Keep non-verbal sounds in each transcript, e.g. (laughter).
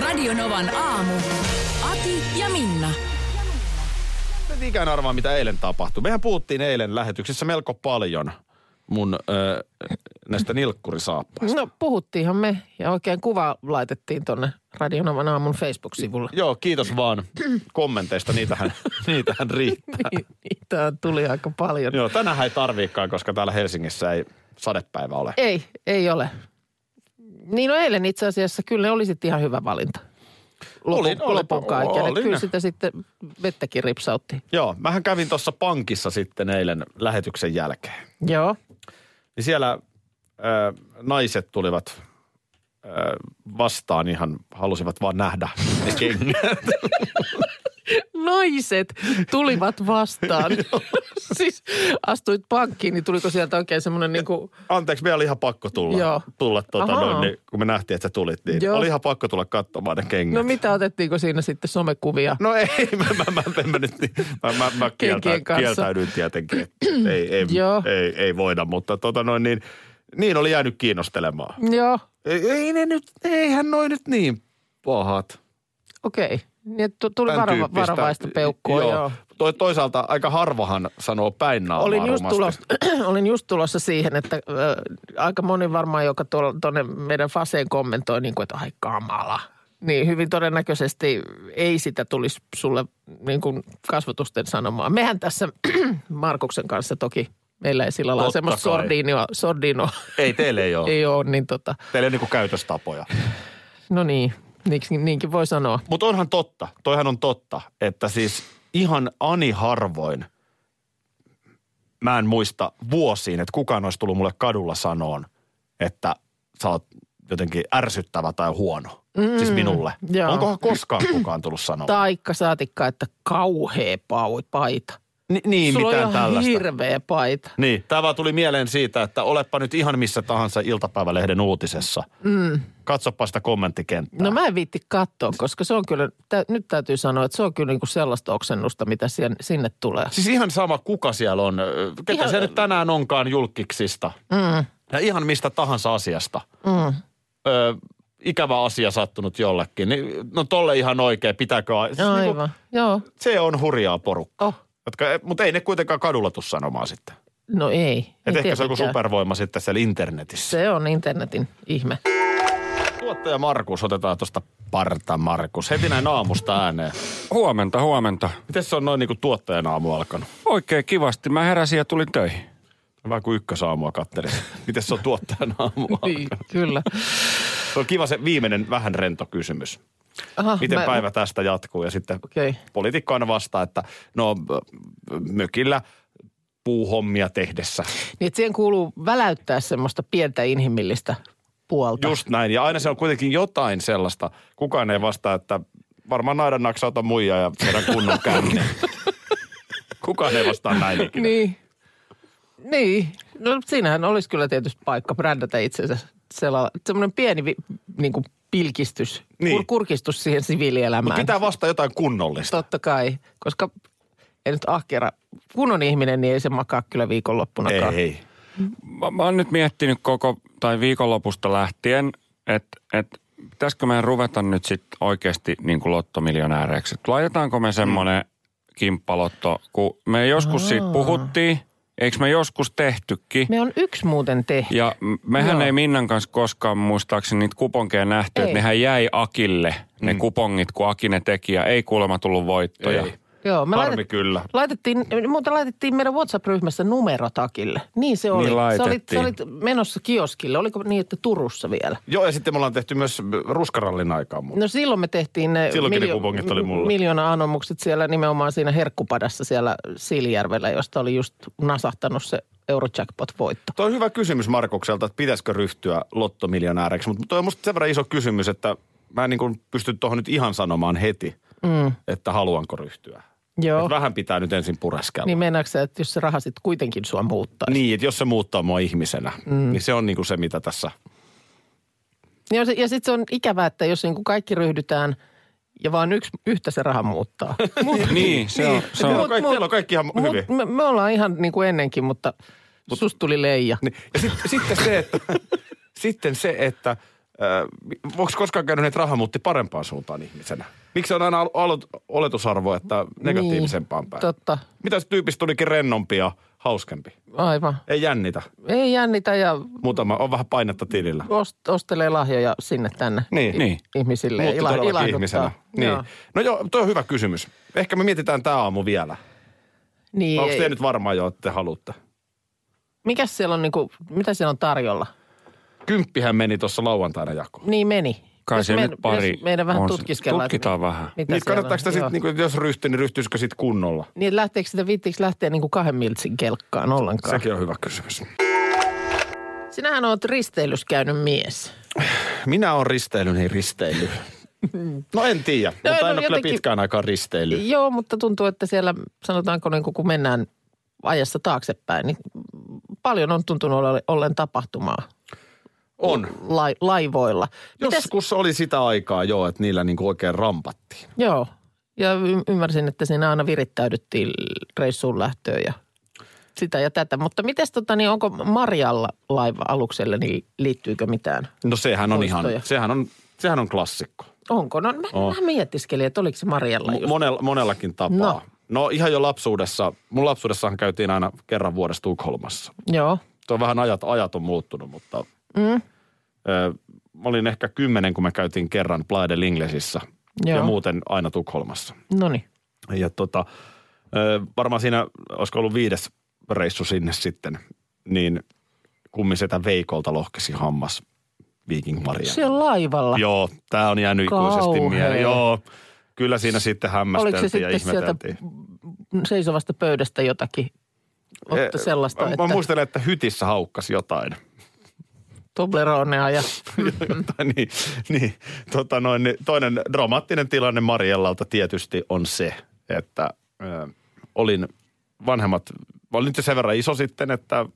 Radionovan aamu. Ati ja Minna. et ikään arvaa, mitä eilen tapahtui. Mehän puhuttiin eilen lähetyksessä melko paljon mun ö, näistä nilkkurisaappaista. No puhuttiinhan me ja oikein kuva laitettiin tonne Radionavan aamun Facebook-sivulle. Joo, kiitos vaan kommenteista. (laughs) Niitähän, niitähän riittää. Niitä tuli aika paljon. Joo, tänähän ei tarviikaan, koska täällä Helsingissä ei sadepäivä ole. Ei, ei ole. Niin no eilen itse asiassa kyllä ne oli sitten ihan hyvä valinta. Lopun, Oli- olipa- lopun kaiken. oli Että Kyllä ne. sitä sitten vettäkin ripsautti. Joo, mähän kävin tuossa pankissa sitten eilen lähetyksen jälkeen. Joo. Niin siellä ö, naiset tulivat ö, vastaan ihan, halusivat vaan nähdä ne kengät. Naiset (laughs) tulivat vastaan. siis astuit pankkiin, niin tuliko sieltä oikein semmoinen niin kuin, Anteeksi, meidän oli ihan pakko tulla, Joo. tulla tuota, Ahaa. noin, niin, kun me nähtiin, että sä tulit, niin Joo. oli ihan pakko tulla katsomaan ne kengät. no mitä otettiinko siinä sitten somekuvia? No ei, (laughs) mä, mä, mä, mä, mä nyt, niin- mä, mä, mä kieltä, Kenkien kanssa. kieltäydyin tietenkin, (clears throat) että ei, ei, Joo. ei, ei voida, mutta tota noin, niin, niin oli jäänyt kiinnostelemaan. Joo, Ei, ei ne nyt, eihän noi nyt niin pahat. okei. Niin, että tu- tuli Tän varova, tyyppistä. varovaista peukkua, joo. joo. Toi, toisaalta aika harvahan sanoo päin naamaa Olin just, rumasti. tulossa, (clears throat) olin just tulossa siihen, että ö, aika moni varmaan, joka tuonne meidän faseen kommentoi, niin kuin, että ai kamala. Niin hyvin todennäköisesti ei sitä tulisi sulle niin kuin kasvatusten sanomaan. Mehän tässä (clears throat) Markuksen kanssa toki, meillä ei sillä lailla Totta semmoista kai. sordinoa, sordinoa Ei, teille ei ole. ei ole, niin tota, Teillä ei ole niinku käytöstapoja. no niin, niinkin, niinkin voi sanoa. Mutta onhan totta, toihan on totta, että siis ihan ani harvoin, mä en muista vuosiin, että kukaan olisi tullut mulle kadulla sanoon, että sä oot jotenkin ärsyttävä tai huono. Mm, siis minulle. joo. Onkohan koskaan kukaan tullut sanomaan? Taikka saatikka, että kauhea pau- paita. Ni, niin, Sulla on mitään ihan tällaista. hirveä paita. Niin, tämä vaan tuli mieleen siitä, että oletpa nyt ihan missä tahansa iltapäivälehden uutisessa. Mm. Katsoppa sitä kommenttikenttää. No mä en viitti katsoa, koska se on kyllä, tä, nyt täytyy sanoa, että se on kyllä niinku sellaista oksennusta, mitä sien, sinne tulee. Siis ihan sama, kuka siellä on. ö, Ketä ihan... Ihan- siellä nyt tänään onkaan julkiksista. Mm, Ja ihan mistä tahansa asiasta. mm. siis Ö, ikävä asia sattunut jollekin. Niin, no tolle ihan oikein, pitääkö... a- Siis Aivan, niinku, joo. se on hurjaa porukka. Oh. Jotka, mutta ei ne kuitenkaan kadulla tuu sanomaan sitten. No ei. Et ehkä se ei on joku tietenkään. supervoima sitten siellä internetissä. Se on internetin ihme. Tuottaja Markus, otetaan tuosta parta Markus. Heti näin aamusta ääneen. Huomenta, huomenta. Miten se on noin niinku tuottajan aamu alkanut? Oikein kivasti. Mä heräsin ja tulin töihin. Vähän kuin ykkösaamua kattelin. Miten se on tuottajan aamu alkanut? Niin, kyllä. Se on kiva se viimeinen vähän rento kysymys. Aha, Miten Ah, mä- päivä tästä jatkuu? Ja sitten Okei. poliitikko aina vastaa, että no ö, mökillä puuhommia tehdessä. Niin, että siihen kuuluu väläyttää semmoista pientä inhimillistä puolta. Just näin. Ja aina se on kuitenkin jotain sellaista. Kukaan ei vastaa, että varmaan naidan naksauta muija ja tehdään (laughs) kunnon käynnin. Kukaan ei vastaa näin ikinä. Niin. Niin. No siinähän olisi kyllä tietysti paikka brändätä itsensä sellainen, semmoinen pieni vi- niin kuin pilkistys, Niin. kur- kurkistus siihen Mut siviilielämään. pitää vastaa jotain kunnollista. Siis Totta kai, koska ei nyt ahkera, kun on ihminen, niin ei se makaa kyllä viikonloppunakaan. Ei. Mä, mä oon nyt miettinyt koko, tai viikonlopusta lähtien, että et, pitäisikö meidän ruveta nyt sitten oikeasti niin kuin lottomiljonääreiksi. Et Laitetaanko me semmoinen kimppalotto, kun me joskus siitä puhuttiin, eikö me joskus tehtykin? Me on yksi muuten tehty. Ja m- mehän Joo. Joo. ei Minnan kanssa koskaan muistaakseni niitä kuponkeja nähty, Ei. että nehän jäi Akille, ne kupongit, kun Aki ne teki ja ei kuulemma tullut voittoja. Ei. Joo, me Harmi kyllä. Laitettiin, muuten laitettiin meidän WhatsApp-ryhmässä numero takille. Niin se oli. sä, olit, sä laitettiin. olit menossa kioskille. Oliko niin, että Turussa vielä? Joo, ja sitten me ollaan tehty myös ruskarallin aikaan. muuten. No silloin me tehtiin ne Silloinkin ne kupongit oli mulla. miljoona-anomukset siellä nimenomaan siinä herkkupadassa siellä Siilijärvellä, josta oli just nasahtanut se Eurojackpot-voitto. Tuo on hyvä kysymys Markukselta, että pitäisikö ryhtyä lottomiljonääriksi, mutta tuo on musta sen verran iso kysymys, että mä en niin kuin pysty tuohon nyt ihan sanomaan heti, mm. että haluanko ryhtyä. Joo. Et vähän pitää nyt ensin pureskella. Niin meinaatko sä, että jos se raha sitten kuitenkin sua muuttaa? Niin, että jos se muuttaa mua ihmisenä, mm. niin se on niinku se, mitä tässä... Niin on se- ja sitten se on ikävää, että jos niin kuin kaikki ryhdytään ja vaan yksi, yhtä se raha (laughs) muuttaa. Mut, Niin, se on, se Teillä on. on kaikki, teillä on kaikki ihan mut, hyvin. me, me ollaan ihan niin kuin ennenkin, mutta Mut, sus tuli leija. Niin, ja sit, sitten se, (laughs) että... sitten se, että Onko koskaan käynyt, että raha muutti parempaan suuntaan ihmisenä? Miksi on aina al- al- oletusarvo, että negatiivisempaan niin, päin? Totta, Mitä jos tyypistä tulikin rennompi ja hauskempi? aivan. Ei jännitä. Ei jännitä ja Muutama, on vähän painetta tilillä. ost, ostelee lahjoja sinne tänne Niin. Niin. ihmisille. ja Mutta ila- todellakin ilahduttaa. ihmisenä. Niin. Joo. No joo, toi on hyvä kysymys. Ehkä me mietitään tämä aamu vielä. Niin, Onko ei- te nyt varmaan jo, että te haluatte? Mikäs siellä on, niin kuin, mitä siellä on tarjolla? Kymppihän meni tuossa lauantaina jakoon. Niin meni. Kai Jos se meidän- nyt pari jos Meidän vähän on se. tutkiskellaan. että Tutkitaan vähän. Mitä Niin siellä on. kannattaako sitä Joo. sitten, niinku, jos ryhtyy, niin ryhtyisikö sitten kunnolla? Niin, lähteekö sitä, viittiinkö lähteä niin kuin kahden miltsin kelkkaan ollenkaan? Sekin on hyvä kysymys. Sinähän olet risteilys käynyt mies. Minä on risteily, niin (laughs) risteily. No en tiedä, mutta en no ole kyllä jotenkin- pitkään aikaan risteily. Joo, mutta tuntuu, että siellä sanotaanko niin kuin, kun mennään ajassa taaksepäin, niin paljon on tuntunut ole- olleen tapahtumaa On. lai, laivoilla. Mitäs, Joskus oli sitä aikaa jo, että niillä niinku oikein rampattiin. joo, ja y- ymmärsin, että siinä aina virittäydyttiin reissuun lähtöön ja sitä ja tätä. Mutta mites tota, niin onko Marjalla laiva-alukselle, niin liittyykö mitään? No sehän on ihan, Muistoja. sehän on, sehän on klassikko. Onko? No mä, On. mä mietiskelin, että oliko se Marjalla Mo- just. Monella, monellakin tapaa. No. No. no ihan jo lapsuudessa, mun lapsuudessahan käytiin aina kerran vuodessa Tukholmassa. Joo, Tuo on vähän ajat, ajat on muuttunut, mutta mm. ö, mä olin ehkä kymmenen, kun me käytiin kerran Plaide Linglesissä Joo. ja muuten aina Tukholmassa. no niin. Ja tota, ö, varmaan siinä, olisiko ollut viides reissu sinne sitten, niin kummisetä Veikolta lohkesi hammas Viking Maria. Siellä laivalla. Joo, tämä on jäänyt ikuisesti Kauhea. mieleen. Joo, kyllä siinä sitten Oliko se hämmästeltiin ja sitten sieltä ihmeteltiin. seisovasta pöydästä jotakin? Otta Eh, sellaista, mä, että Mä muistelen, että hytissä haukkasi jotain. (laughs) Tobleronea ja jotain niin, niin, tota noin, niin, toinen dramaattinen tilanne Mariellalta tietysti on se, että ö, olin vanhemmat, mä olin nyt jo sen verran iso sitten, että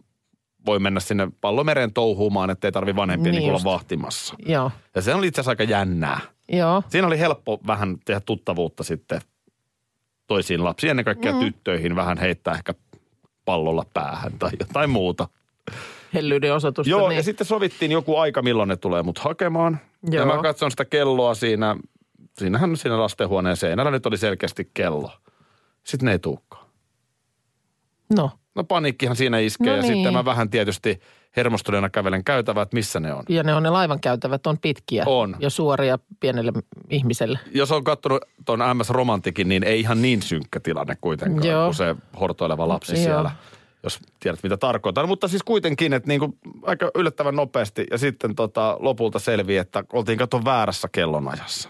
voi mennä sinne pallomereen touhuumaan, ettei tarvi vanhempia Niin niin, niin just. olla vahtimassa. joo, Ja se oli itse asiassa aika jännää. joo, Siinä oli helppo vähän tehdä tuttavuutta sitten toisiin lapsiin, ennen kaikkea mm. Mm-hmm. tyttöihin, vähän heittää ehkä pallolla päähän tai jotain muuta. hellyyden osoitusta. Joo, niin. ja sitten sovittiin joku aika, milloin ne tulee mut hakemaan. Joo. Joo. Ja mä katson sitä kelloa siinä, siinähän siinä lastenhuoneen seinällä nyt oli selkeästi kello. Sitten ne ei tulekaan. No, No paniikkihan siinä iskee No ja niin. sitten mä vähän tietysti hermostuneena kävelen käytävää, että missä ne on. ja ne on ne laivan käytävät on pitkiä On. ja suoria pienelle ihmiselle. Jos on katsonut tuon MS Romantikin, niin ei ihan niin synkkä tilanne kuitenkaan, Joo. Joo. kun se hortoileva lapsi Joo. Joo. siellä, jos tiedät mitä tarkoitan. Mutta siis kuitenkin, että niinku aika yllättävän nopeasti ja sitten tota, lopulta selvii, että oltiin katon väärässä kellonajassa.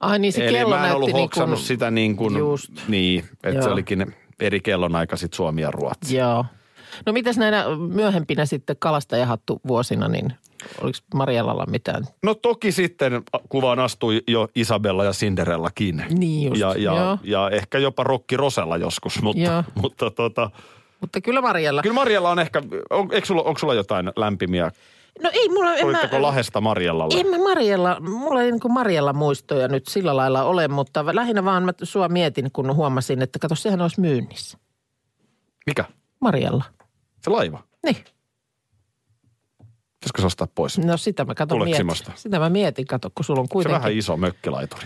Ai niin, se Eli kello mä en ollut näytti niin hoksannut kuin, sitä niin kuin, Just. niin, että se Joo. olikin eri kellonaika sitten Suomi ja Ruotsi. Joo. No mitäs näinä myöhempinä sitten kalastajahattu vuosina, niin oliko Marjallalla mitään? No toki sitten kuvaan astui jo Isabella ja Cinderellakin. Niin just, ja, joo. ja, ja ehkä jopa Rokki Rosella joskus, Joo. mutta, mutta tota, Mutta kyllä Marjalla. kyllä Marjalla on ehkä, on, eikö sulla, onko sulla jotain lämpimiä? No ei mulla, en mä, Olitteko Lahesta Marjallalle? En mä Marjella, mulla ei niin kuin Marjella muistoja nyt sillä lailla ole, mutta lähinnä vaan mä sua mietin, kun huomasin, että kato, sehän olisi myynnissä. Mikä? Marjella. Se laiva? Niin. Pitäisikö se ostaa pois? No sitä mä kato mietin. Tuleksimosta. Sitä mä mietin, kato, kun sulla on Se kuitenkin. vähän iso mökkilaituri.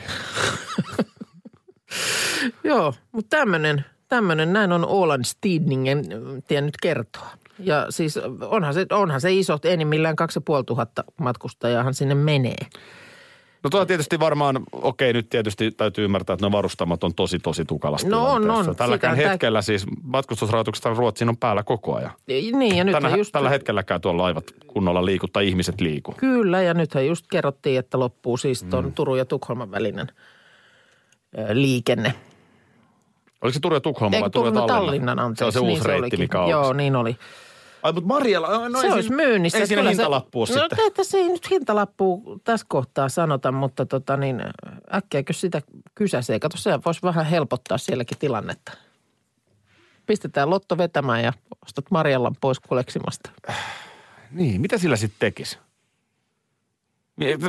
Joo, mutta tämmönen, tämmönen, näin on Olan Stigningen tiennyt kertoa. Ja siis onhan se, onhan se iso, niin enimmillään 2500 matkustajaahan sinne menee. No tuo on tietysti varmaan, okei nyt tietysti täytyy ymmärtää, että ne varustamat on tosi tosi tukalassa No on, tilanteessa. on. Tälläkään Sitä- hetkellä siis matkustusrajoitukset Ruotsiin on päällä koko ajan. Niin, ja nyt Tänä, just... Tällä hetkelläkään tuolla laivat kunnolla liiku tai ihmiset liiku. Kyllä, ja nythän just kerrottiin, että loppuu siis tuon Mm. Turun ja Tukholman välinen ö, liikenne. Oliko se Turja Tukholma vai Turun Turja ja Tallinna? Tallinnan, anteeksi. Se on se uusi niin reitti, olikin. mikä on. Joo, niin oli. Ai, mutta Marjalla, no No se ei olisi siinä- myynnissä. Ei siinä Kyllä hintalappua se, sitten. No ei tässä ei nyt hintalappua tässä kohtaa sanota, mutta tota niin, äkkiäkö sitä kysäsee. Kato, se voisi vähän helpottaa sielläkin tilannetta. Pistetään lotto vetämään ja ostat Marjallan pois kuleksimasta. Niin, mitä sillä sitten tekisi?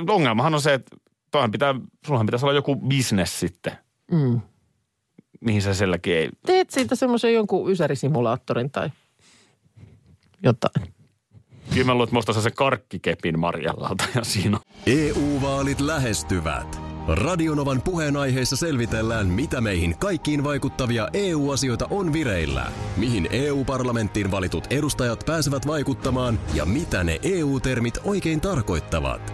Ongelmahan on se, että toihan pitää, sunhan pitäisi olla joku bisnes sitten, Mm. mihin sä selläkin ei. Teet siitä semmoisen jonkun ysärisimulaattorin tai jotain. Kyllä mä luulen, että mä ostaisin se karkkikepin Marjallalta ja siinä on. EU-vaalit E lähestyvät. Radionovan puheenaiheessa selvitellään, mitä meihin kaikkiin vaikuttavia EU-asioita on vireillä, mihin EU-parlamenttiin valitut edustajat pääsevät vaikuttamaan ja mitä ne EU-termit oikein tarkoittavat.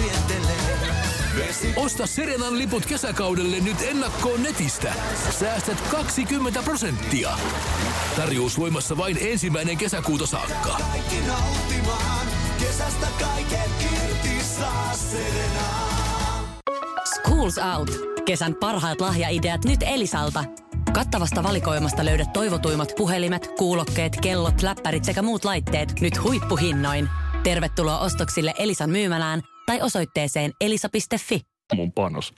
viettelee. Osta Serenan liput kesäkaudelle nyt ennakkoon netistä. Säästät 20 prosenttia. Tarjous voimassa vain ensimmäinen kesäkuuta saakka. Kaikki nauttimaan, kesästä kaiken irti saa Serena. Schools Out. Kesän parhaat lahjaideat nyt Elisalta. Kattavasta valikoimasta löydät toivotuimmat puhelimet, kuulokkeet, kellot, läppärit sekä muut laitteet nyt huippuhinnoin. Tervetuloa ostoksille Elisan myymälään tai osoitteeseen elisa.fi. Mun panos.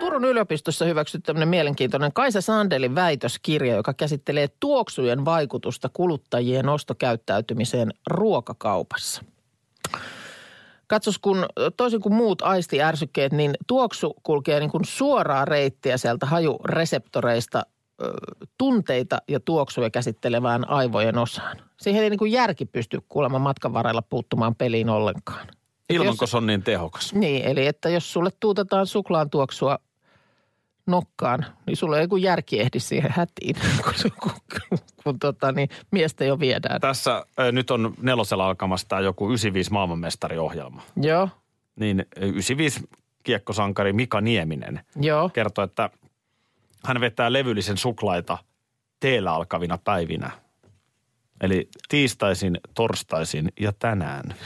Turun yliopistossa hyväksytty tämmöinen mielenkiintoinen Kaisa Sandelin väitöskirja, joka käsittelee tuoksujen vaikutusta kuluttajien ostokäyttäytymiseen ruokakaupassa. Katsos, kun toisin kuin muut aistiärsykkeet, niin tuoksu kulkee niin kuin suoraa reittiä sieltä hajureseptoreista ö, tunteita ja tuoksuja käsittelevään aivojen osaan. Siihen ei niin kuin järki pysty kuulemma matkan varrella puuttumaan peliin ollenkaan. Ilman, Jos- kun se on niin tehokas. niin, eli että jos sulle tuutetaan suklaan tuoksua nokkaan, niin sulle ei kun järki ehdi siihen hätiin, (laughs) kun, se- kun, kun, kun tota, niin miestä jo viedään. Tässä äh, nyt on nelosella alkamassa tämä joku 95 maailmanmestariohjelma. Joo, Niin äh, 95 kiekkosankari Mika Nieminen joo. kertoi, että hän vetää levyllisen suklaita teellä alkavina päivinä. Eli tiistaisin, torstaisin ja tänään. (laughs)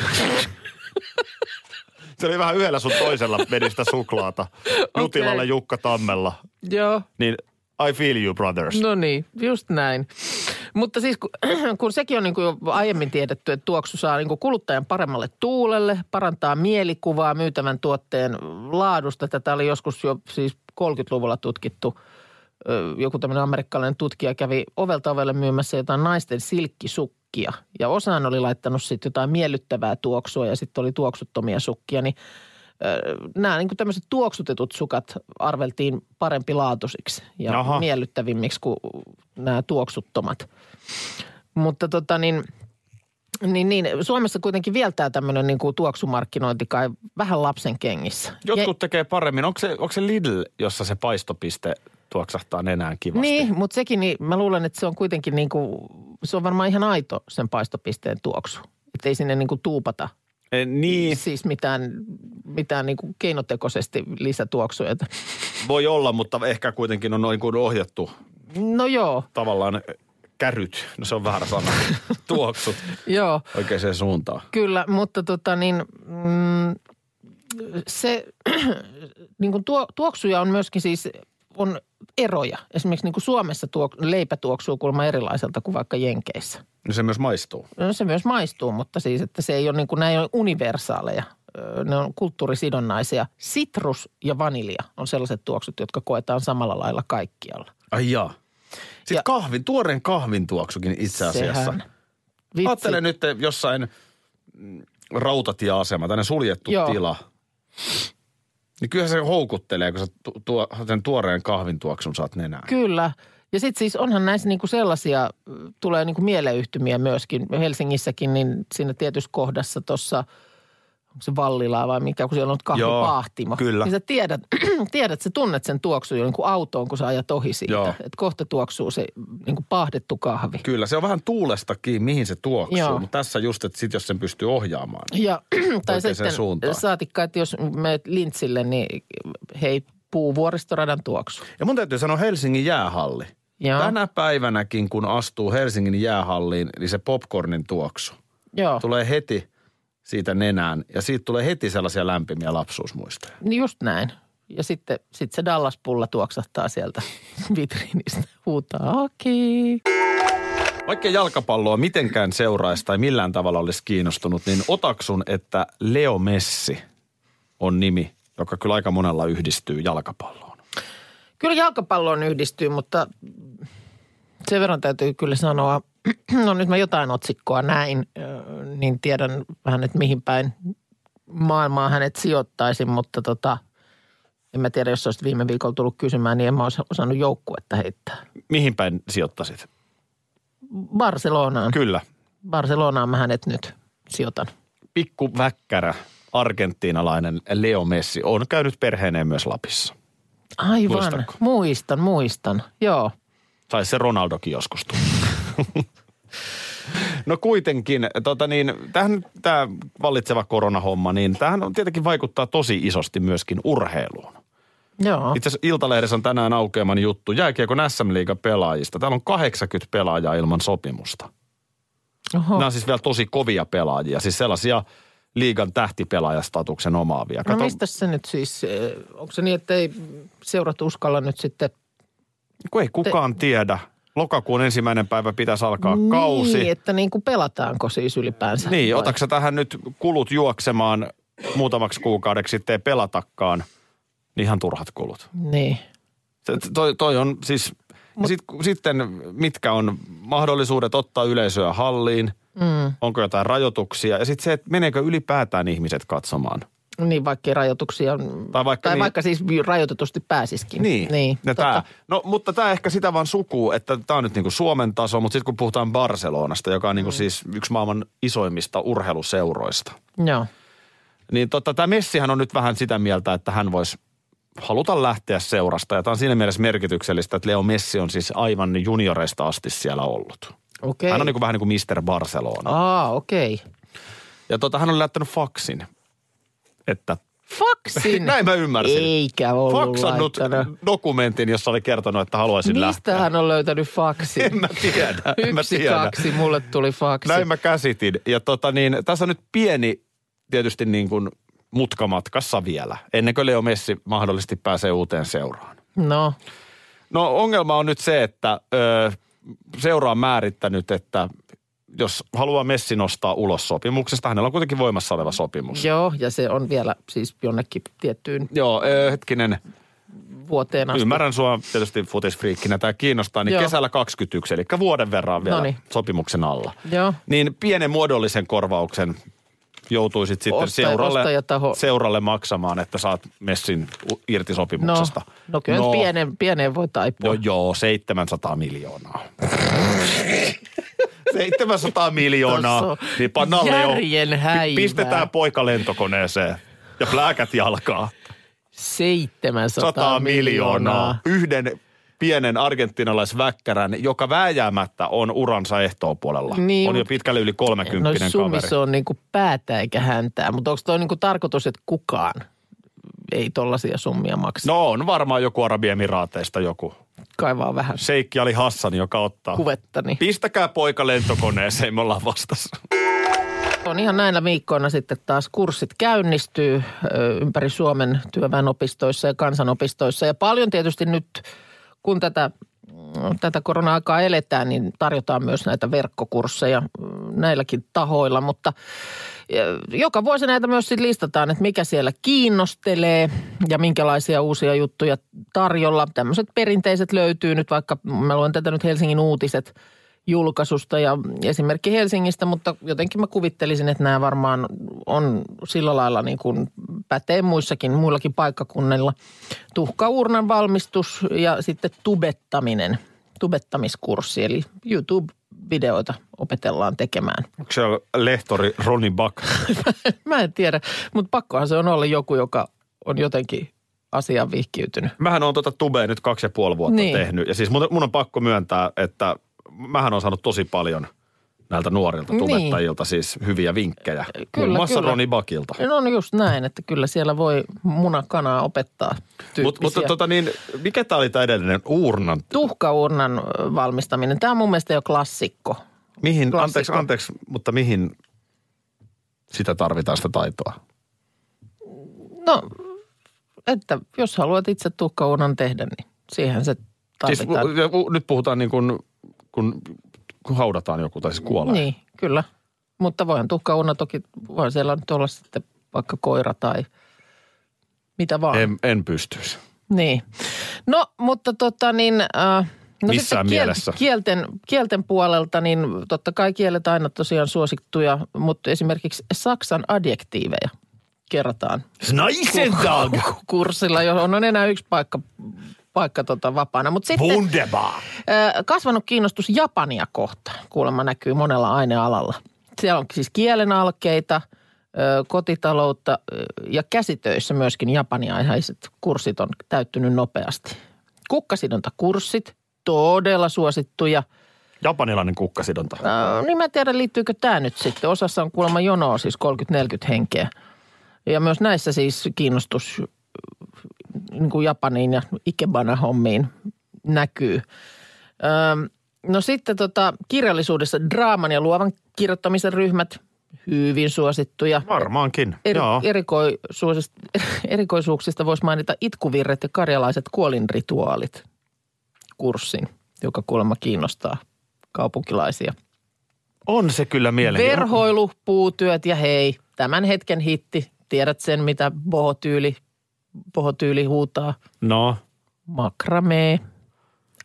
Se oli vähän yhdellä sun toisella vedistä suklaata. (laughs) Jutilalla Jukka Tammella. Joo, Niin I feel you brothers. no niin, just näin. Mutta siis kun, (clears throat) kun sekin on niin kuin jo aiemmin tiedetty, että tuoksu saa niin kuin kuluttajan paremmalle tuulelle, parantaa mielikuvaa myytävän tuotteen laadusta. Tätä oli joskus jo siis 30-luvulla tutkittu. Ö, Joku tämmöinen amerikkalainen tutkija kävi ovelta ovelle myymässä jotain naisten silkkisukkia. Ja osaan oli laittanut sitten jotain miellyttävää tuoksua ja sitten oli tuoksuttomia sukkia. Niin ö, nämä niin tämmöiset tuoksutetut sukat arveltiin parempi laatusiksi ja Jaha. miellyttävimmiksi kuin nämä tuoksuttomat. Mutta tota niin, niin, niin Suomessa kuitenkin vielä tämä tämmöinen niin kuin tuoksumarkkinointi kai vähän lapsen kengissä. Jotkut tekee paremmin. Onko se, onko se Lidl, jossa se paistopiste tuoksahtaa nenään ja, kivasti? niin, mutta sekin, niin, mä luulen, että se on kuitenkin niin kuin, se on varmaan ihan aito sen paistopisteen tuoksu. Että ei sinne niin kuin tuupata Eh, niin, siis mitään, mitään niin kuin keinotekoisesti lisätuoksuja. Että- voi olla, mutta ehkä kuitenkin on noin kuin ohjattu No joo, tavallaan käryt. No se on väärä (laughs) sana. Tuoksut joo. oikeaan suuntaan. Kyllä, mutta tota niin, mm, se, (clears throat) niin kuin tuo, tuoksuja on myöskin siis, on eroja. Esimerkiksi niin kuin Suomessa tuok, leipä tuoksuu kuulemma erilaiselta kuin vaikka Jenkeissä. No se myös maistuu. No se myös maistuu, mutta siis, että se ei ole niin kuin, nämä ei ole universaaleja. Öö, Ne on kulttuurisidonnaisia. Sitrus ja vanilja on sellaiset tuoksut, jotka koetaan samalla lailla kaikkialla. Ai jaa. Sitten Ja- kahvin, tuoreen kahvin tuoksukin itse asiassa. Sehän- Vitsi. Ajattele nyt jossain mm, rautatieasema, tänne suljettu Joo. tila. Niin kyllähän se houkuttelee, kun sä tu- tuo, sen tuoreen kahvin tuoksun saat nenään. Kyllä. Ja sitten siis onhan näissä niinku sellaisia, mm, tulee niinku mieleyhtymiä myöskin. Helsingissäkin, niin siinä tietyssä kohdassa tuossa, onko se Vallilaa vai mikä, kun siellä on nyt kahvipahtimo. Joo, kyllä. Niin sä tiedät, (clears throat) tiedät sä tunnet sen tuoksun jo niinku autoon, kun sä ajat ohi siitä. Joo. Että kohta tuoksuu se niinku pahdettu kahvi. Kyllä, se on vähän tuulestakin, mihin se tuoksuu. Joo. Mutta tässä just, että sit jos sen pystyy ohjaamaan. Ja, (clears throat) tai Oikeaan sitten suuntaan. saatikka, että jos menet lintsille, niin hei, puu vuoristoradan tuoksu. Ja mun täytyy sanoa Helsingin jäähalli. Joo. Tänä päivänäkin, kun astuu Helsingin jäähalliin, niin se popcornin tuoksu Joo. tulee heti siitä nenään ja siitä tulee heti sellaisia lämpimiä lapsuusmuistoja. Niin just näin. Ja sitten sit se Dallas-pulla tuoksahtaa sieltä (laughs) vitriinistä. Huutaa, okei. Vaikka jalkapalloa mitenkään seuraisi tai millään tavalla olisi kiinnostunut, niin otaksun, että Leo Messi on nimi, joka kyllä aika monella yhdistyy jalkapalloon. Kyllä jalkapalloon yhdistyy, mutta sen verran täytyy kyllä sanoa, (clears throat) no nyt mä jotain otsikkoa näin, ö, niin tiedän vähän, että mihin päin maailmaa hänet sijoittaisin, mutta tota, en mä tiedä, jos olisit viime viikolla tullut kysymään, niin en mä olisi osannut joukkuetta heittää. Mihin päin sijoittasit? Barcelonaan. Kyllä, Barcelonaan mä hänet nyt sijoitan. pikku väkkärä argentiinalainen Leo Messi on käynyt perheineen myös Lapissa. Aivan. Muistatko? Muistan, muistan. Joo. Tai se Ronaldokin joskus tuli. (laughs) No kuitenkin, tota niin, tämähän, tämä vallitseva koronahomma, niin tämähän on, tietenkin vaikuttaa tosi isosti myöskin urheiluun. Joo. Itse asiassa Iltalehdessä on tänään aukeaman juttu jääkiekon SM-liigan pelaajista. Täällä on 80 pelaajaa ilman sopimusta. Oho. Nämä on siis vielä tosi kovia pelaaja, siis sellaisia liigan tähtipelaajastatuksen omaavia. No mistä se nyt siis, eh, onko se niin, että ei seurat uskalla nyt sitten kun ei kukaan te... tiedä. Lokakuun ensimmäinen päivä pitäisi alkaa niin, kausi. Niin, että niin kuin pelataanko siis ylipäänsä. Niin, vai? otaksa tähän nyt kulut juoksemaan muutamaksi kuukaudeksi sitten ei pelatakaan. Niin Ihan turhat kulut. Niin. Se- Toi, toi on siis, Mut... sit, sitten mitkä on mahdollisuudet ottaa yleisöä halliin, mm. onko jotain rajoituksia ja sitten se, että meneekö ylipäätään ihmiset katsomaan. Niin, vaikka ei rajoituksia, Tai vaikka tai niin- vaikka siis rajoitetusti pääsiskin. Niin, niin ja totta. tää, no, mutta tämä ehkä sitä vaan sukuu, että tämä on nyt niinku Suomen taso, mutta sitten kun puhutaan Barcelonasta, joka on niinku siis yksi maailman isoimmista urheiluseuroista, Joo. niin tota, tämä Messihän on nyt vähän sitä mieltä, että hän voisi haluta lähteä seurasta. Ja tämä on siinä mielessä merkityksellistä, että Leo Messi on siis aivan junioreista asti siellä ollut. Okei. Ah. Hän on niinku vähän niin kuin Mr. Barcelona. Aa, okei. Ja tota, hän oli lähtenyt faksin, että (laughs) Faksin. Näin mä ymmärsin. Eikä ollut faksannut laittanut. dokumentin, jossa oli kertonut, että haluaisin lähteä. (laughs) Mistä hän on löytänyt faksin? En mä tiedä, en mä Yksi tiedä. faksi, mulle tuli faksi. Näin mä käsitin. Ja tota niin, tässä on nyt pieni tietysti niin kuin mutka matkassa vielä, ennen kuin Leo Messi mahdollisesti pääsee uuteen seuraan. No, No ongelma on nyt se, että ö, seura on määrittänyt, että jos haluaa Messi nostaa ulos sopimuksesta, hänellä on kuitenkin voimassa oleva sopimus. Joo, joo, ja se on vielä siis jonnekin tiettyyn Joo ö, hetkinen. vuoteen asti. Ymmärrän sua tietysti futisfriikkinä, tämä kiinnostaa, niin Joo. Joo. kesällä 21, eli vuoden verran vielä Noniin. sopimuksen alla. Joo. Niin pienen muodollisen korvauksen joutuisit sitten Ostaja- seuralle, ostajataho. seuralle maksamaan, että saat messin u- irti No, sopimuksesta. no kyllä no. Pienen, pieneen voi taipua. No joo, 700 (laughs) miljoonaa. 700 miljoonaa, Tossa on niin pannaan Leo, järjen pi- häivää. pistetään poika lentokoneeseen ja plääkät jalkaa. 700 100 miljoonaa. miljoonaa yhden pienen argentinalaisväkkärän, joka vääjäämättä on uransa ehtoopuolella. Niin, on jo mut- pitkälle yli No 30 kaveri. summissa on niinku päätä eikä häntää, mutta onko toi niinku tarkoitus, että kukaan ei tollaisia summia maksa? No. No on varmaan joku Arabiemiraateista joku. Kaivaa vähän niin Seikki Ali Hassan, joka ottaa. kuvettani. Pistäkää poika lentokoneeseen, me ollaan vastassa. On ihan näillä viikkoina sitten taas kurssit käynnistyy ö, ympäri Suomen työväenopistoissa ja kansanopistoissa. Ja paljon tietysti nyt, kun tätä, mm, tätä korona-aikaa eletään, niin tarjotaan myös näitä verkkokursseja mm, näilläkin tahoilla. Mutta ö, joka vuosi näitä myös sit listataan, että mikä siellä kiinnostelee ja minkälaisia uusia juttuja tarjolla. Tämmöiset perinteiset löytyy nyt vaikka, mä luen tätä nyt Helsingin uutiset – julkaisusta ja esimerkki Helsingistä, mutta jotenkin mä kuvittelisin, että nämä varmaan on sillä lailla niin kuin pätee muissakin, muillakin paikkakunnilla. Tuhkaurnan valmistus ja sitten tubettaminen, tubettamiskurssi, eli YouTube-videoita opetellaan tekemään. (laughs) Onko siellä lehtori Roni Back? Mä en tiedä, mutta pakkohan se on olla joku, joka on jotenkin asiaan vihkiytynyt. Mähän on tuota tubea nyt kaksi ja puoli vuotta Niin. tehnyt. Ja siis mun, mun on pakko myöntää, että mähän on saanut tosi paljon näiltä nuorilta Niin. tubettajilta siis hyviä vinkkejä. Kyllä, Muun muassa kyllä. Roni Bakilta. No niin just näin, että kyllä siellä voi munakanaa opettaa Mut, tyyppisiä. mutta tota niin, mikä tämä oli tämä edellinen uurnan? Tuhkaurnan ö, valmistaminen, tämä on mun mielestä jo klassikko. Mihin, Klassikko. anteeksi, anteeksi, mutta mihin sitä tarvitaan sitä taitoa? No, että jos haluat itse tuhkaurnan tehdä, niin siihen se Siis, tarvitaan. u- ja u- nyt puhutaan niin kuin, kun, kun haudataan joku tai siis kuolee. Niin, kyllä. Mutta voihan tuhkaurna toki, voihan siellä nyt olla sitten vaikka koira tai mitä vaan. En, en pystyisi. Niin. No, mutta tota niin... Äh, no Missään sitten mielessä. Kielten, kielten puolelta, niin totta kai kielet aina tosiaan suosittuja, mutta esimerkiksi Saksan adjektiiveja kerrotaan Schneisentag! kurssilla, johon on enää yksi paikka, paikka tota vapaana. Mutta sitten Wunderbar! ö, kasvanut kiinnostus Japania kohtaan kuulemma näkyy monella ainealalla. Siellä on siis kielenalkeita, ö, kotitaloutta ö, ja käsitöissä myöskin japaniaihaiset kurssit on täyttynyt nopeasti. Kukkasidontakurssit, todella suosittuja. Japanilainen kukkasidonta. Ö, Niin mä en tiedä, liittyykö tämä nyt sitten. Osassa on kuulemma jonoa siis 30-40 henkeä. Ja myös näissä siis kiinnostus niin kuin Japaniin ja Ikebana-hommiin näkyy. Öm, no sitten tota, kirjallisuudessa draaman ja luovan kirjoittamisen ryhmät, hyvin suosittuja. Varmaankin, Eri, joo. erikoisuusista- (laughs) erikoisuuksista voisi mainita itkuvirret ja karjalaiset kuolinrituaalit kurssin, joka kuulemma kiinnostaa kaupunkilaisia. On se kyllä mielenkiintoinen. Verhoilu, puutyöt ja hei, tämän hetken hitti. Tiedät sen, mitä bohotyyli, bohotyyli huutaa. No, Makramee.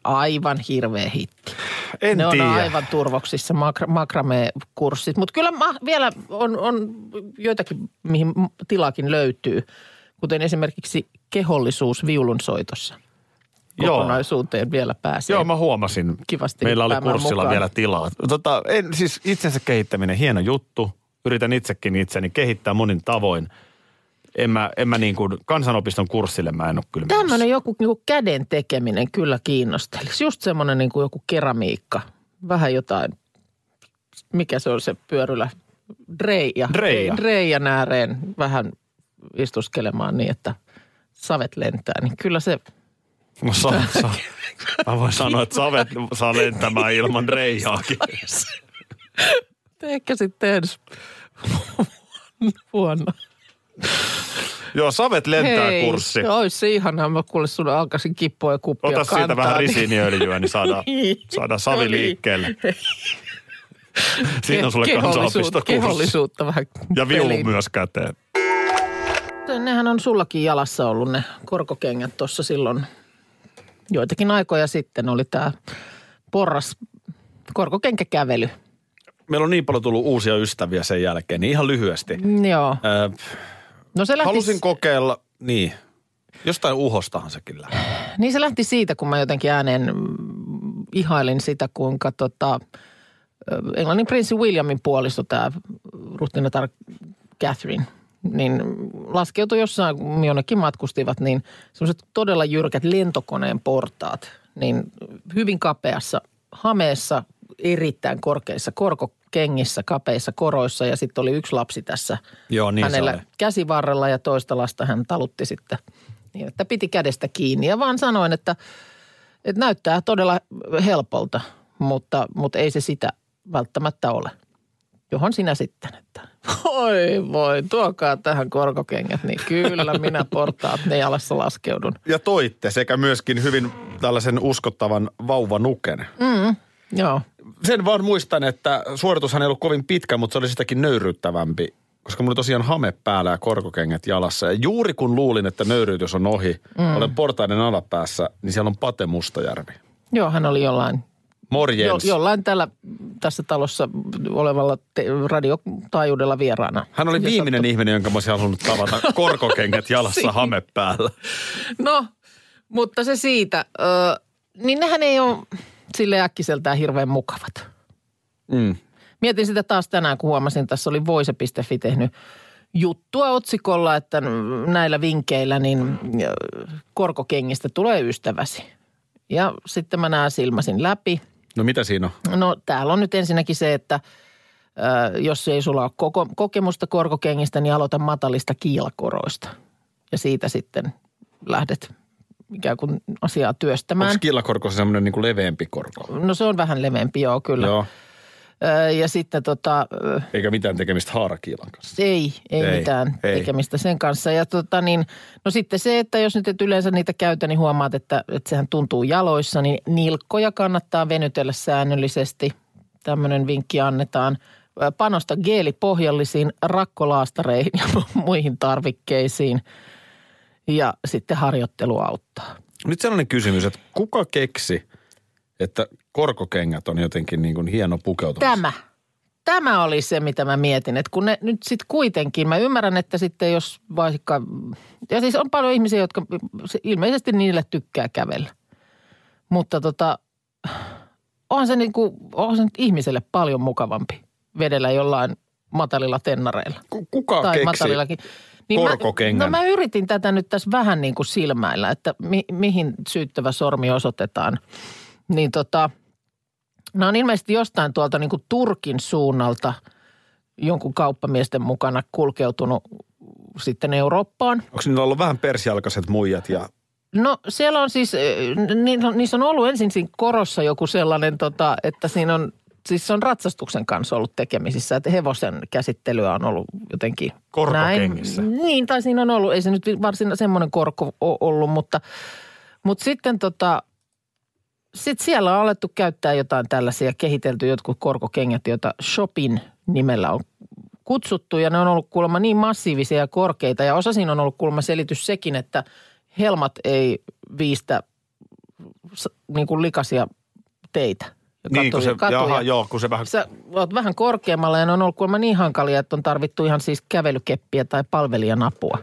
Aivan hirveä hitti. en ne tiedä. on aivan turvoksissa makra, makramee-kurssit. Mutta kyllä ma, vielä on, on joitakin, mihin m- tilaakin löytyy. Kuten esimerkiksi kehollisuus viulunsoitossa. Joo. Kokonaisuuteen vielä pääsee. Joo, mä huomasin. Kivasti Meillä oli hyppäämään kurssilla mukaan. vielä tilaa. Tota, en, siis itsensä kehittäminen, hieno juttu. Yritän itsekin itseni kehittää monin tavoin. En mä, en mä niin kuin, kansanopiston kurssille mä en ole kyllä Tämmöinen menossa. joku niin käden tekeminen kyllä kiinnostelisi. Just semmoinen niin kuin joku keramiikka. Vähän jotain, mikä se on se pyörylä? Dreija. Dreija. Dreijan ääreen vähän istuskelemaan niin, että savet lentää. Niin kyllä se, No, sa, (laughs) sa, mä voin sanoa, että savet saa lentämään ilman (laughs) reijaakin. ehkä sitten ensi (laughs) vuonna. Joo, savet lentää Hei, kurssi. se olisi ihanaa. Mä kuule sun alkaisin kippoa ja kuppia Ota kantaa. siitä vähän niin- risiiniöljyä, niin saadaan, (laughs) Niin. saadaan savi No niin. liikkeelle. niin Siinä on sulle Kehollisuut- kansanopistokurssi. Kehollisuutta vähän Ja viulu peliin. myös käteen. Nehän on sullakin jalassa ollut ne korkokengät tuossa silloin joitakin aikoja sitten. Oli tämä porras korkokenkäkävely. Meillä on niin paljon tullut uusia ystäviä sen jälkeen, niin ihan lyhyesti. Joo. Öö, No se lähti, halusin kokeilla, niin, jostain uhostahan sekin lähtee. niin se lähti siitä, kun mä jotenkin ääneen mm, ihailin sitä, kuinka tota, ö, Englannin prinssi Williamin puoliso, tämä ruhtinatar Catherine, niin laskeutui jossain, kun jonnekin matkustivat, niin semmoiset todella jyrkät lentokoneen portaat, niin hyvin kapeassa hameessa, erittäin korkeissa korkokengissä, kapeissa koroissa ja sitten oli yksi lapsi tässä Joo, niin se hänellä oli. käsivarrella ja toista lasta hän talutti sitten niin, että piti kädestä kiinni ja vaan sanoin, että, että näyttää todella helpolta, mutta, mutta ei se sitä välttämättä ole. Johon sinä sitten, että voi voi, tuokaa tähän korkokengät, niin kyllä minä portaat ne jalassa laskeudun. Ja toitte sekä myöskin hyvin tällaisen uskottavan vauvanuken. Joo, Sen vaan muistan, että suoritushan ei ollut kovin pitkä, mutta se oli sitäkin nöyryyttävämpi. Koska mulla oli tosiaan hame päällä ja korkokengät jalassa. Ja juuri kun luulin, että nöyryytys on ohi, mm. olen portaiden alapäässä, niin siellä on Pate Mustajärvi. joo hän oli jollain, jo, Morjens. jollain tällä, tässä talossa olevalla te, radiotaajuudella vieraana. Hän oli Ja viimeinen ihminen, jonka mä olisin halunnut tavata (laughs) korkokengät jalassa hame päällä. No, mutta se siitä. Ö, niin nehän ei ole sille äkkiseltään hirveän mukavat. Mm. Mietin sitä taas tänään, kun huomasin, tässä oli voise.fi tehnyt juttua otsikolla, että näillä vinkeillä niin ö, korkokengistä tulee ystäväsi. Ja sitten mä nämä silmasin läpi No mitä siinä on? No täällä on nyt ensinnäkin se, että ö, jos ei sulla ole koko, kokemusta korkokengistä, niin aloita matalista kiilakoroista. Ja siitä sitten lähdet ikään kuin asiaa työstämään. Onko killakorko semmoinen niin kuin leveämpi korko? No se on vähän leveämpi, joo kyllä. Joo. Ö, ja sitten tota, ö, Eikä mitään tekemistä haarakiilan kanssa. Ei, ei, Ei, ei mitään ei. ei. tekemistä sen kanssa. Ja tota niin, no sitten se, että jos nyt et yleensä niitä käytä, niin huomaat, että, että sehän tuntuu jaloissa, niin nilkkoja kannattaa venytellä säännöllisesti. Tämmöinen vinkki annetaan. Ö, Panosta geelipohjallisiin rakkolaastareihin (laughs) ja muihin tarvikkeisiin. Ja sitten harjoittelu auttaa. Nyt sellainen kysymys, että kuka keksi, että korkokengät on jotenkin niin kuin hieno pukeutumus? Tämä. Tämä oli se, mitä mä mietin, että kun ne nyt sitten kuitenkin, mä ymmärrän, että sitten jos vaikka, ja siis on paljon ihmisiä, jotka se- ilmeisesti niille tykkää kävellä. Mutta tota, on se, niinku, on se nyt ihmiselle paljon mukavampi vedellä jollain matalilla tennareilla. Ku- Kuka tai keksi? matalillakin. korkokengän? Mä, no mä yritin tätä nyt tässä vähän niin kuin silmäillä, että mi, mihin syyttävä sormi osoitetaan. Niin tota, nämä on ilmeisesti jostain tuolta niin kuin Turkin suunnalta jonkun kauppamiesten mukana kulkeutunut sitten Eurooppaan. Onko niillä ollut vähän persialkaiset muijat ja No siellä on siis, eh, ni- on- niissä on ollut ensin siinä korossa joku sellainen, tota, että siinä on, siis se on ratsastuksen kanssa ollut tekemisissä, että hevosen käsittelyä on ollut jotenkin Korkokengissä. Näin. Niin, tai siinä on ollut, ei se nyt varsin semmoinen korko o- ollut, mutta, mutta sitten tota, sit siellä on alettu käyttää jotain tällaisia, kehitelty jotkut korkokengät, joita Shopin nimellä on kutsuttu ja ne on ollut kuulemma niin massiivisia ja korkeita ja osa siinä on ollut kuulemma selitys sekin, että helmat ei viistä s- niin kuin likaisia teitä. ja niin, kun se, katuja- katuja. jaha, joo, kun se vähän Sä oot vähän korkeammalla ja ne on ollut kuulemma niin hankalia, että on tarvittu ihan siis kävelykeppiä tai palvelijan apua.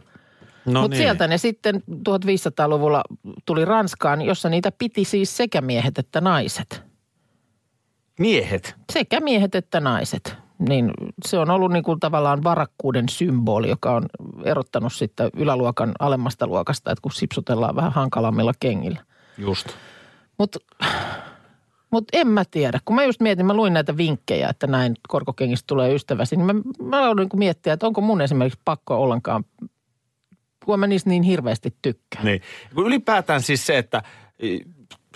No Mutta sieltä ne sitten 1500-luvulla tuli Ranskaan, jossa niitä piti siis sekä miehet että naiset. Miehet. Sekä miehet että naiset. Niin se on ollut niin kuin tavallaan varakkuuden symboli, joka on erottanut sitten yläluokan alemmasta luokasta, että kun sipsutellaan vähän hankalammilla kengillä. Just. Mutta mut en mä tiedä. Kun mä just mietin, mä luin näitä vinkkejä, että näin korkokengistä tulee ystäväsi, niin mä, mä aloin niin miettiä, että onko mun esimerkiksi pakko ollenkaan, kun mä niistä niin hirveästi tykkään. Niin. Kun ylipäätään siis se, että i-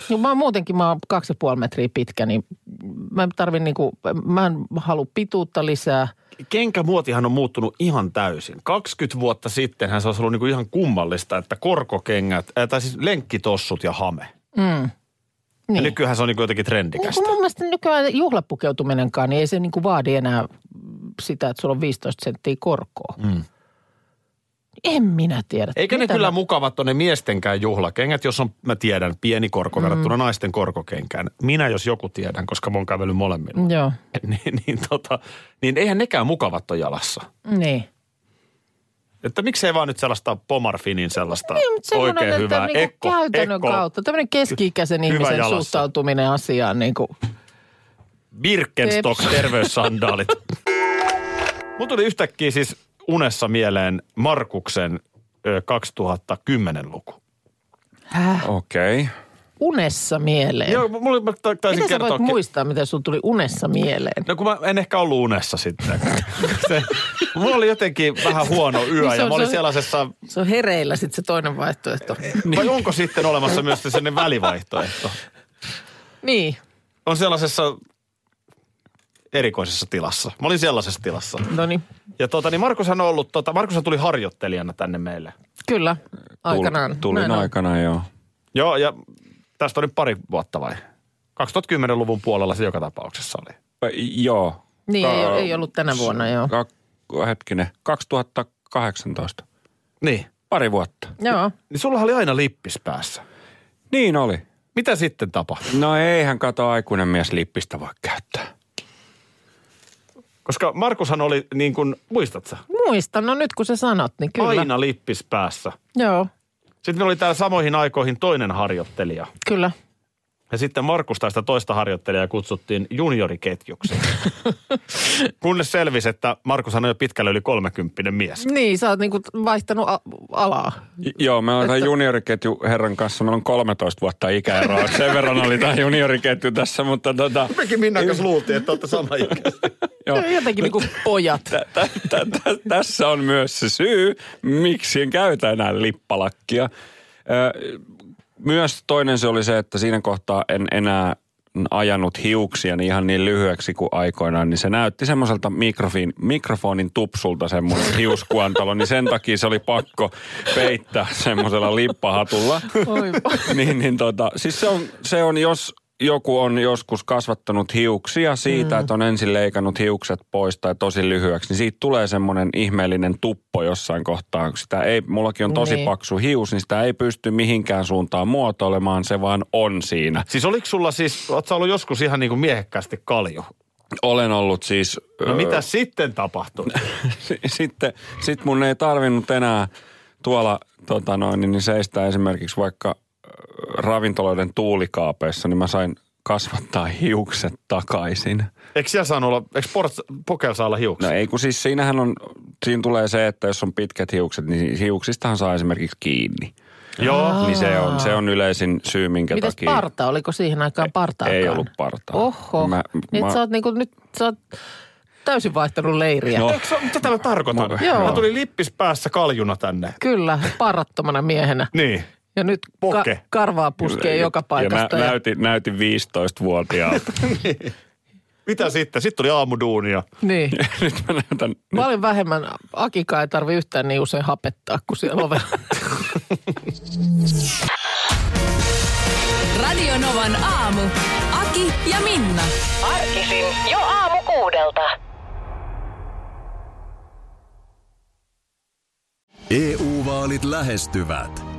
Niin. Mä oon muutenkin, mä oon kaksi ja puoli metriä pitkä, niin mä en tarvi niinku, mä en halua pituutta lisää. kenkämuotihan on muuttunut ihan täysin. 20 vuotta sittenhän se olisi ollut niinku ihan kummallista, että korkokengät, äh, tai siis lenkkitossut ja hame. Niin. Ja Niin. nykyään se on niinku jotenkin Niin trendikästä. kun mun mielestä nykyään juhlapukeutuminenkaan, niin ei se niinku vaadi enää sitä, että sulla on 15 senttiä korkoa. Mm. En minä tiedä. Eikä ne Mitä kyllä mä- mukavat ole ne miestenkään juhlakengät, jos on, mä tiedän, pieni korko Mm. verrattuna naisten korkokenkään. Minä jos joku tiedän, koska mä oon kävellyt molemmilla. Joo, (laughs) niin, niin, tota, niin eihän nekään mukavat ole jalassa. niin. Että miksei vaan nyt sellaista Pomarfinin sellaista Niin, mutta semmoinen, oikein että hyvää niinku ekko, käytännön ekko, kautta, tämmöinen keski-ikäisen Hy- hyvä ihmisen jalassa. suhtautuminen asiaan. Niin kuin, Birkenstock (laughs) terveyssandaalit. Mun tuli yhtäkkiä siis unessa mieleen Markuksen ö, 2010-luku. häh, Okei. Okay. unessa mieleen. Joo, mulle mä ta- taisin Miten sä voit kertoakin- muistaa, miten sun tuli unessa mieleen? No kun mä en ehkä ollut unessa sitten. (laughs) se, mulla oli jotenkin vähän huono yö Niin se ja on- mä olin se on- sellaisessa, Se on hereillä sitten se toinen vaihtoehto. vai onko sitten olemassa myös sellainen välivaihtoehto? niin, on sellaisessa erikoisessa tilassa. Mä olin sellaisessa tilassa. no niin, Ja tota, niin Markushan on ollut, tota, Markushan tuli harjoittelijana tänne meille. kyllä, aikanaan. Tulin Näin on. aikanaan, joo. Joo, ja tästä on nyt pari vuotta vai? 2010-luvun puolella se joka tapauksessa oli. Ö, Joo. Niin, ei, Ka- ei ollut tänä vuonna, joo. Ka- hetkinen, 2018. Niin. Pari vuotta. Joo, Niin sulla oli aina lippis päässä. Niin oli. Mitä sitten tapahtui? No eihän kato aikuinen mies lippistä voi käyttää. Koska Markushan oli niin kuin, muistat sä? muistan. No nyt kun sä sanot, niin kyllä. Aina lippis päässä. Joo, Sitten meillä oli täällä samoihin aikoihin toinen harjoittelija. kyllä. Ja sitten Markus tästä toista harjoittelijaa kutsuttiin (laughs) junioriketjuksi. Kunnes selvisi, että Markushan on jo pitkälle yli 30 mies. Niin, sä oot niinku vaihtanut a- alaa. J- Joo, me ollaan tämän junioriketju herran kanssa, meillä on 13 (laughs) vuotta ikäeroa. Sen verran oli tämä junioriketju tässä, mutta tota, Mekin Minna kanssa luultiin, että olette (laughs) sama ikäistä. joo. Jotenkin niinku pojat. Tä- tä- tä- tä- tässä on myös se syy, miksi en käytä enää lippalakkia. Ö, Myös toinen se oli se, että siinä kohtaa en enää ajanut hiuksia niin ihan niin lyhyeksi kuin aikoinaan, niin se näytti semmoiselta mikrofin, mikrofonin tupsulta semmoinen hiuskuantalo, niin sen takia se oli pakko peittää semmoisella lippahatulla. Oi, (laughs) niin, niin tota, siis se on, se on, jos joku on joskus kasvattanut hiuksia siitä, mm. että on ensin leikannut hiukset pois tai tosi lyhyeksi, niin siitä tulee semmoinen ihmeellinen tuppo jossain kohtaa. kun Sitä ei, mullakin on tosi Niin. niin. paksu hius, niin sitä ei pysty mihinkään suuntaan muotoilemaan, se vaan on siinä. Siis oliko sulla siis, oot sä ollut joskus ihan niin kuin miehekkäästi kalju? Olen ollut siis... (laughs) No ö, mitä sitten tapahtui? S- sitten sit mun ei tarvinnut enää tuolla tota noin, niin seistää esimerkiksi vaikka ö, ravintoloiden tuulikaapeissa, niin mä sain kasvattaa hiukset takaisin. Eikö siellä saanut olla, eikö port- pokel saa olla hiuksia? No ei kun siis siinähän on, siinä tulee se, että jos on pitkät hiukset, niin hiuksistahan saa esimerkiksi kiinni. Joo. Niin se on, se on yleisin syy, minkä Mitäs takia parta? Oliko siihen aikaan partaakaan? ei ollut partaa. Oho. Mä, niin mä... sä oot niinku nyt, sä oot täysin vaihtanut leiriä. No. Eikö se, tätä mä tarkoitan? Mä- Joo. Mä tulin lippis päässä kaljuna tänne. Kyllä, parattomana miehenä. Niin. Ja nyt Poke. karvaa puskee joka paikasta. Ja Ja nä, näytin, näytin 15-vuotiaalta. Mitä sitten? Sitten tuli aamuduunia. (laughs) Niin. Nyt mä näytän Paljon vähemmän. Akika ei tarvi yhtään niin usein hapettaa kuin siellä ovella. Radio Novan aamu. Aki ja Minna. Arkisin jo aamu kuudelta. EU-vaalit E lähestyvät.